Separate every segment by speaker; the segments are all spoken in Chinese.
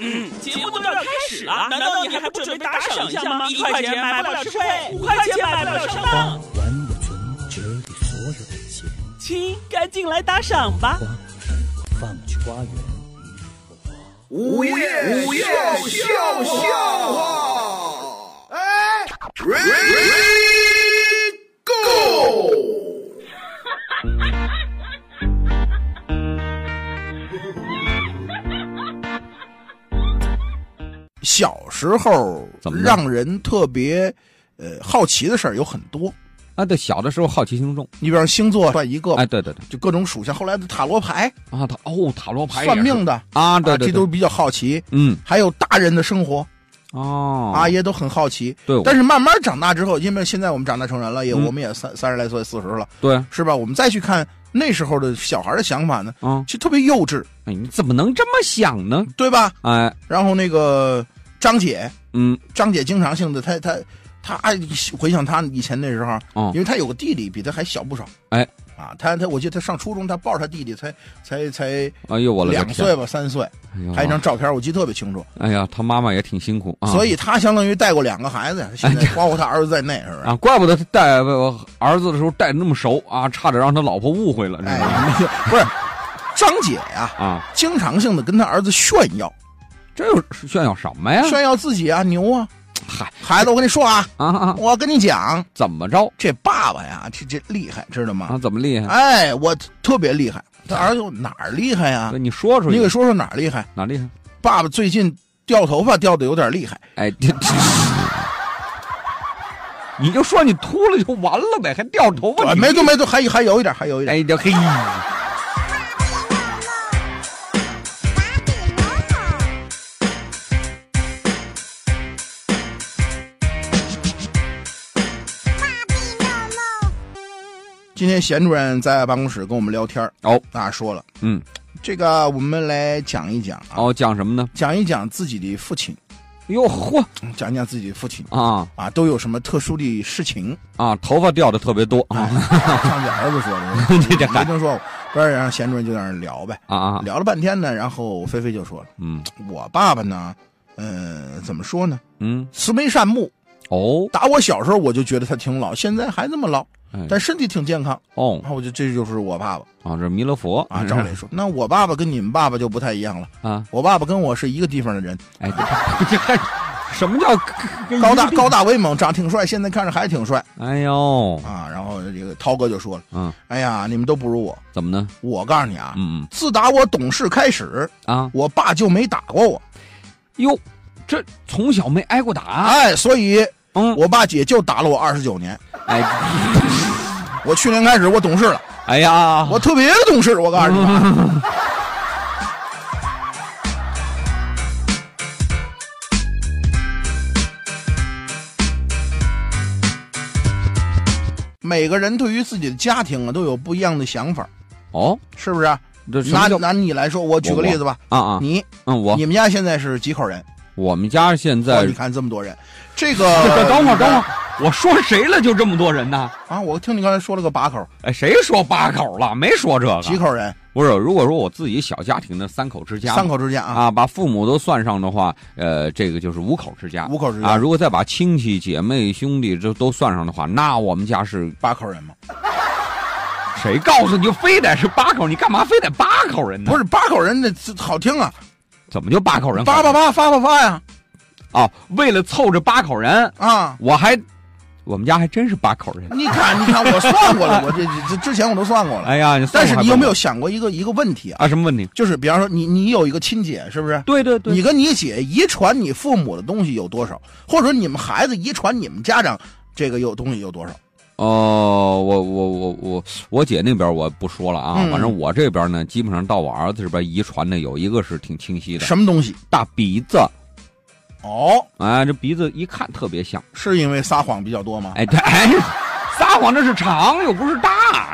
Speaker 1: 嗯，节目都要开始了，难道你还不准备打赏一下吗？一块钱买不了吃亏，五块钱买不了上
Speaker 2: 花
Speaker 1: 当。
Speaker 2: 完我存折里所有的钱，
Speaker 1: 亲，赶紧来打赏吧！
Speaker 2: 花放去花园。
Speaker 3: 午夜笑笑笑话，哎，Ready Go！
Speaker 4: 小时候
Speaker 5: 怎么着
Speaker 4: 让人特别呃好奇的事儿有很多，
Speaker 5: 啊，对，小的时候好奇心重，
Speaker 4: 你比方星座算一个吧，
Speaker 5: 哎，对对对，
Speaker 4: 就各种属相，后来的塔罗牌、
Speaker 5: 啊，塔哦，塔罗牌也
Speaker 4: 算
Speaker 5: 是
Speaker 4: 命的
Speaker 5: 啊，
Speaker 4: 啊
Speaker 5: 对，对
Speaker 4: 这
Speaker 5: 对
Speaker 4: 都，比较好奇。
Speaker 5: 嗯，
Speaker 4: 还有大人的生活，
Speaker 5: 哦，
Speaker 4: 啊，也都很好奇。
Speaker 5: 对，我
Speaker 4: 但是慢慢长大之后，因为现在我们长大成人了，也
Speaker 5: 嗯
Speaker 4: 我们也三三十来岁、四十了，
Speaker 5: 对，
Speaker 4: 是吧？我们再去看那时候的小孩的想法呢，
Speaker 5: 啊，
Speaker 4: 就特别幼稚，
Speaker 5: 哎，你怎么能这么想呢？
Speaker 4: 对吧？
Speaker 5: 哎，
Speaker 4: 然后那个张姐，
Speaker 5: 嗯，
Speaker 4: 张姐经常性的，她她她哎回想她以前那时候，
Speaker 5: 哦
Speaker 4: 因为她有个弟弟比她还小不少，
Speaker 5: 哎，
Speaker 4: 啊，她她我记得她上初中，她抱着她弟弟才才才
Speaker 5: 哎呦，我的个
Speaker 4: 两
Speaker 5: 天，
Speaker 4: 岁吧，三岁，
Speaker 5: 哎呦
Speaker 4: 还有一张照片，我记得特别清楚，
Speaker 5: 哎呀，他妈妈也挺辛苦啊，
Speaker 4: 所以她相当于带过两个孩子呀，现在包括她儿子在内，是不是？
Speaker 5: 哎啊，怪不得他带我儿子的时候带得那么熟啊，差点让他老婆误会了，知道吗？
Speaker 4: 哎，不是，张姐呀、
Speaker 5: 啊，
Speaker 4: 经常性的跟她儿子炫耀，
Speaker 5: 这又是炫耀什么呀？
Speaker 4: 炫耀自己啊牛啊，
Speaker 5: 嗯嗨
Speaker 4: 孩子，我跟你说啊，
Speaker 5: 啊啊，
Speaker 4: 我跟你讲，
Speaker 5: 怎么着
Speaker 4: 这爸爸呀，这这厉害，知道吗？
Speaker 5: 啊？怎么厉害？
Speaker 4: 哎，我特别厉害。他儿子哪儿厉害呀
Speaker 5: 对？哎你说说，
Speaker 4: 你给说说哪儿厉害？
Speaker 5: 哪厉害？
Speaker 4: 爸爸最近掉头发掉的有点厉害，
Speaker 5: 哎，这这你就说你秃了就完了呗，还掉头发？
Speaker 4: 啊
Speaker 5: 你
Speaker 4: 没都没都，还还有一点，还有一点。
Speaker 5: 哎，这嘿，
Speaker 4: 今天贤主任在办公室跟我们聊天儿
Speaker 5: 哦，
Speaker 4: 啊，说了，
Speaker 5: 嗯，
Speaker 4: 这个我们来讲一讲啊，
Speaker 5: 哦，讲什么呢？
Speaker 4: 讲一讲自己的父亲，
Speaker 5: 哟嚯
Speaker 4: 讲一讲自己的父亲
Speaker 5: 啊
Speaker 4: 啊，都有什么特殊的事情？
Speaker 5: 啊，头发掉的特别多
Speaker 4: 哎
Speaker 5: 啊
Speaker 4: 上次儿子说的，
Speaker 5: 这这
Speaker 4: 没听说过。不是，然后贤主任就在那儿聊呗，
Speaker 5: 啊啊，
Speaker 4: 聊了半天呢，然后菲菲就说了
Speaker 5: 嗯：“
Speaker 4: 我爸爸呢，嗯、怎么说呢？
Speaker 5: 嗯，
Speaker 4: 慈眉善目。
Speaker 5: 哦，
Speaker 4: 打我小时候我就觉得他挺老，现在还那么老，
Speaker 5: 哎
Speaker 4: 但身体挺健康。
Speaker 5: 哦
Speaker 4: 然后我就这就是我爸爸
Speaker 5: 啊，这弥勒佛
Speaker 4: 啊。照 理说，那我爸爸跟你们爸爸就不太一样了。
Speaker 5: 啊，
Speaker 4: 我爸爸跟我是一个地方的人，
Speaker 5: 哎， 这这还什么叫跟
Speaker 4: 高大？高大威猛，长挺帅，现在看着还挺帅
Speaker 5: 哎呦，
Speaker 4: 啊。然后这个涛哥就说了
Speaker 5: 嗯，：“
Speaker 4: 哎呀，你们都不如我。
Speaker 5: 怎么呢？
Speaker 4: 我告诉你啊，
Speaker 5: 嗯
Speaker 4: 自打我懂事开始，
Speaker 5: 嗯啊，
Speaker 4: 我爸就没打过我，
Speaker 5: 哟，这从小没挨过打，
Speaker 4: 哎，所以
Speaker 5: 嗯，
Speaker 4: 我爸姐就打了我二十九年。
Speaker 5: 哎，
Speaker 4: 我去年开始我懂事了，
Speaker 5: 哎呀，
Speaker 4: 我特别懂事，我告诉你 吧。每个人对于自己的家庭啊，都有不一样的想法，
Speaker 5: 哦，
Speaker 4: 是不是啊？
Speaker 5: 这什
Speaker 4: 拿
Speaker 5: 么叫
Speaker 4: 拿你来说，我举个例子吧，
Speaker 5: 啊啊？
Speaker 4: 你
Speaker 5: 嗯，我
Speaker 4: 你们家现在是几口人？
Speaker 5: 我们家现
Speaker 4: 哦，
Speaker 5: 在
Speaker 4: 你看这么多人，这个
Speaker 5: 等会儿，等会儿，我说谁了？就这么多人呢？
Speaker 4: 啊！我听你刚才说了个把口，
Speaker 5: 哎，谁说八口了？没说这
Speaker 4: 几
Speaker 5: 个。
Speaker 4: 口人？
Speaker 5: 不是，如果说我自己小家庭的三口之家嘛，
Speaker 4: 三口之家啊，
Speaker 5: 啊，把父母都算上的话，呃，这个就是五口之家。
Speaker 4: 五口之
Speaker 5: 啊，
Speaker 4: 家，
Speaker 5: 如果再把亲戚、姐妹、兄弟这都算上的话，那我们家是
Speaker 4: 八口人吗？
Speaker 5: 谁告诉你就非得是八口？你干嘛非得八口人呢？
Speaker 4: 不
Speaker 5: 是，
Speaker 4: 是八口人，这好听啊，
Speaker 5: 怎么就八口人？
Speaker 4: 八八八发发发呀
Speaker 5: 哦，为了凑这八口人，
Speaker 4: 啊！
Speaker 5: 我还，我们家还真是八口人。
Speaker 4: 你看，你看，我算过了，我这这之前我都算过了。
Speaker 5: 哎呀，你算
Speaker 4: 但是
Speaker 5: 还
Speaker 4: 你
Speaker 5: 不
Speaker 4: 有没有
Speaker 5: 能
Speaker 4: 想过一个一个问题啊？
Speaker 5: 啊？什么问题？
Speaker 4: 就是比方说你你有一个亲姐，是不是？
Speaker 5: 对对对，
Speaker 4: 你跟你姐遗传你父母的东西有多少，或者说你们孩子遗传你们家长这个有东西有多少？
Speaker 5: 哦，我我我我我姐那边我不说了啊，
Speaker 4: 嗯
Speaker 5: 反正我这边呢，基本上到我儿子这边遗传的有一个是挺清晰的，
Speaker 4: 什么东西？
Speaker 5: 大鼻子，
Speaker 4: 哦，
Speaker 5: 哎，这鼻子一看特别像，
Speaker 4: 是因为撒谎比较多吗？
Speaker 5: 哎，这哎，撒谎这是长又不是大，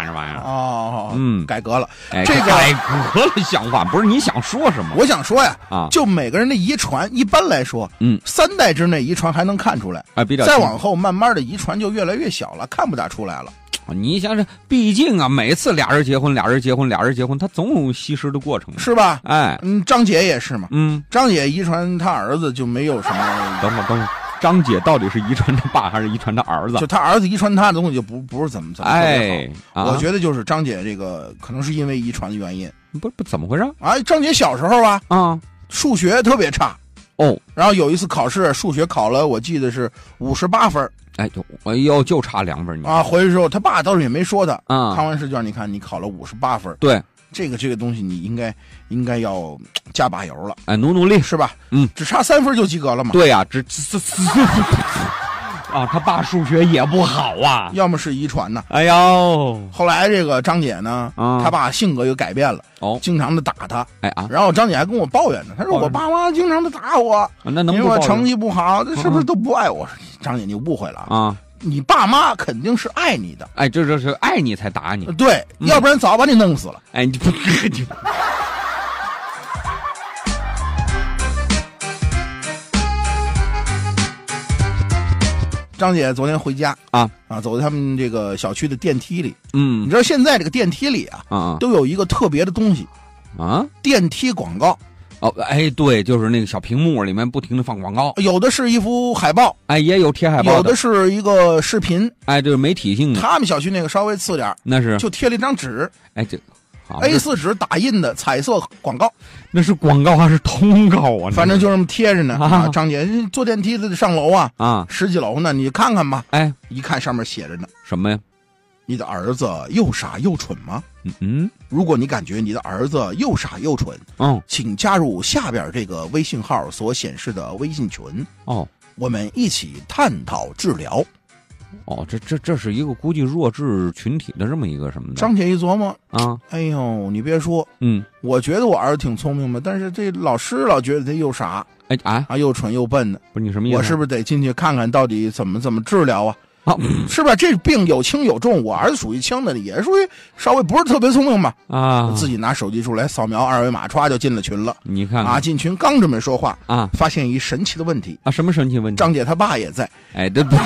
Speaker 5: 这玩意儿，
Speaker 4: 哦，
Speaker 5: 啊嗯
Speaker 4: 改革了。
Speaker 5: 哎，
Speaker 4: 这个
Speaker 5: 改革了想法，不是你想说什么
Speaker 4: 我想说呀，
Speaker 5: 啊？
Speaker 4: 就每个人的遗传，一般来说，
Speaker 5: 嗯，
Speaker 4: 三代之内遗传还能看出来，
Speaker 5: 哎，比较
Speaker 4: 再往后慢慢的遗传就越来越小了，看不大出来了。
Speaker 5: 啊你想想，毕竟啊，每次俩人结婚，俩人结婚，俩人结婚，他总有吸食的过程。
Speaker 4: 是吧？
Speaker 5: 哎，
Speaker 4: 嗯，张姐也是嘛，
Speaker 5: 嗯，
Speaker 4: 张姐遗传他儿子就没有什么，
Speaker 5: 等会儿等会儿，张姐到底是遗传他爸还是遗传他儿子
Speaker 4: 就？他儿子遗传他的东西就不不是怎么怎么特别好
Speaker 5: 哎，啊、
Speaker 4: 我觉得就是张姐这个可能是因为遗传的原因。
Speaker 5: 不不怎么回事
Speaker 4: 哎，张姐小时候啊，
Speaker 5: 啊？
Speaker 4: 数学特别差，
Speaker 5: 哦，
Speaker 4: 然后有一次考试，数学考了，我记得是五十八分儿
Speaker 5: 哎呦，哎呦，就差两分你
Speaker 4: 啊。回去之后，他爸倒是也没说他。
Speaker 5: 啊
Speaker 4: 看完试卷，你看你考了五十八分儿，
Speaker 5: 对，
Speaker 4: 这个这个东西你应该应该要嘖加把油了，
Speaker 5: 哎，努努力。
Speaker 4: 是吧？
Speaker 5: 嗯，
Speaker 4: 只差三分就及格了嘛。
Speaker 5: 对呀、这这这这这啊，他爸数学也不好啊。
Speaker 4: 要么是遗传呢。
Speaker 5: 哎呦，
Speaker 4: 后来这个张姐呢，
Speaker 5: 啊
Speaker 4: 她爸性格又改变了，
Speaker 5: 哦
Speaker 4: 经常的打她。
Speaker 5: 哎啊，
Speaker 4: 然后张姐还跟我抱怨呢，她说
Speaker 5: 抱怨
Speaker 4: 我爸妈经常的打我，
Speaker 5: 那能
Speaker 4: 因为
Speaker 5: 不
Speaker 4: 我
Speaker 5: 报
Speaker 4: 成
Speaker 5: 吗嗯
Speaker 4: 绩不好，这是不是都不爱我？我说张姐，你误会了啊，
Speaker 5: 啊？
Speaker 4: 你爸妈肯定是爱你的，
Speaker 5: 哎，这这是爱你才打你。
Speaker 4: 对，
Speaker 5: 嗯
Speaker 4: 要不然早把你弄死了。
Speaker 5: 哎，你不你不
Speaker 4: 张姐昨天回家
Speaker 5: 啊
Speaker 4: 啊，走在他们这个小区的电梯里，你
Speaker 5: 嗯
Speaker 4: 知道现在这个电梯里啊，
Speaker 5: 啊
Speaker 4: 都有一个特别的东西，
Speaker 5: 啊啊
Speaker 4: 电梯广告，
Speaker 5: 哦，哎，对，就是那个小屏幕里面不停的放广告，
Speaker 4: 有的是一幅海报，
Speaker 5: 哎，也有贴海报
Speaker 4: 有的是一个视频。
Speaker 5: 哎，这是媒体性的，
Speaker 4: 他们小区那个稍微次点儿
Speaker 5: 那是
Speaker 4: 就贴了一张纸
Speaker 5: 哎这好
Speaker 4: ，A
Speaker 5: 这
Speaker 4: 4纸打印的彩色广告，
Speaker 5: 那是广告还是通告啊？那
Speaker 4: 反正就这么贴着呢。
Speaker 5: 啊
Speaker 4: 啊，张姐坐电梯的上楼啊，
Speaker 5: 啊，
Speaker 4: 十几楼呢，你看看吧。
Speaker 5: 哎，
Speaker 4: 一看上面写着呢，
Speaker 5: 什么呀？
Speaker 4: 你的儿子又傻又蠢吗？
Speaker 5: 嗯嗯
Speaker 4: 如果你感觉你的儿子又傻又蠢，
Speaker 5: 哦
Speaker 4: 请加入下边这个微信号所显示的微信群，
Speaker 5: 哦
Speaker 4: 我们一起探讨治疗。
Speaker 5: 哦，这这这是一个估计弱智群体的这么一个什么的
Speaker 4: 张姐一琢磨，
Speaker 5: 啊？
Speaker 4: 哎呦，你别说，
Speaker 5: 嗯，
Speaker 4: 我觉得我儿子挺聪明吧，但是这老师老觉得他又傻
Speaker 5: 哎啊，
Speaker 4: 啊，又蠢又笨的，
Speaker 5: 不是你什么意思？
Speaker 4: 我是不是得进去看看到底怎么怎么治疗啊？
Speaker 5: 啊
Speaker 4: 是吧？这病有轻有重，我儿子属于轻的，也属于稍微不是特别聪明吧。
Speaker 5: 啊，
Speaker 4: 自己拿手机出来扫描二维码，歘就进了群了。
Speaker 5: 你看看
Speaker 4: 啊，进群刚准备说话，
Speaker 5: 啊
Speaker 4: 发现一神奇的问题，
Speaker 5: 啊，什么神奇问题？
Speaker 4: 张姐她爸也在。
Speaker 5: 哎，这不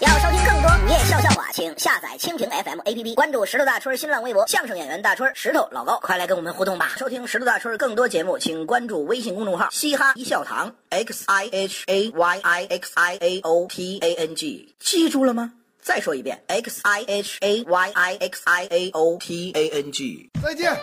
Speaker 6: 要收听更多午夜笑笑话，请下载蜻蜓 FM APP，关注石头大春儿新浪微博，相声演员大春儿、石头老高，快来跟我们互动吧！收听石头大春儿更多节目，请关注微信公众号“嘻哈一笑堂 ”x i h a y i x i a o t a n g，记住了吗？再说一遍，x i h a y i x i a o t a n g。
Speaker 3: 再见。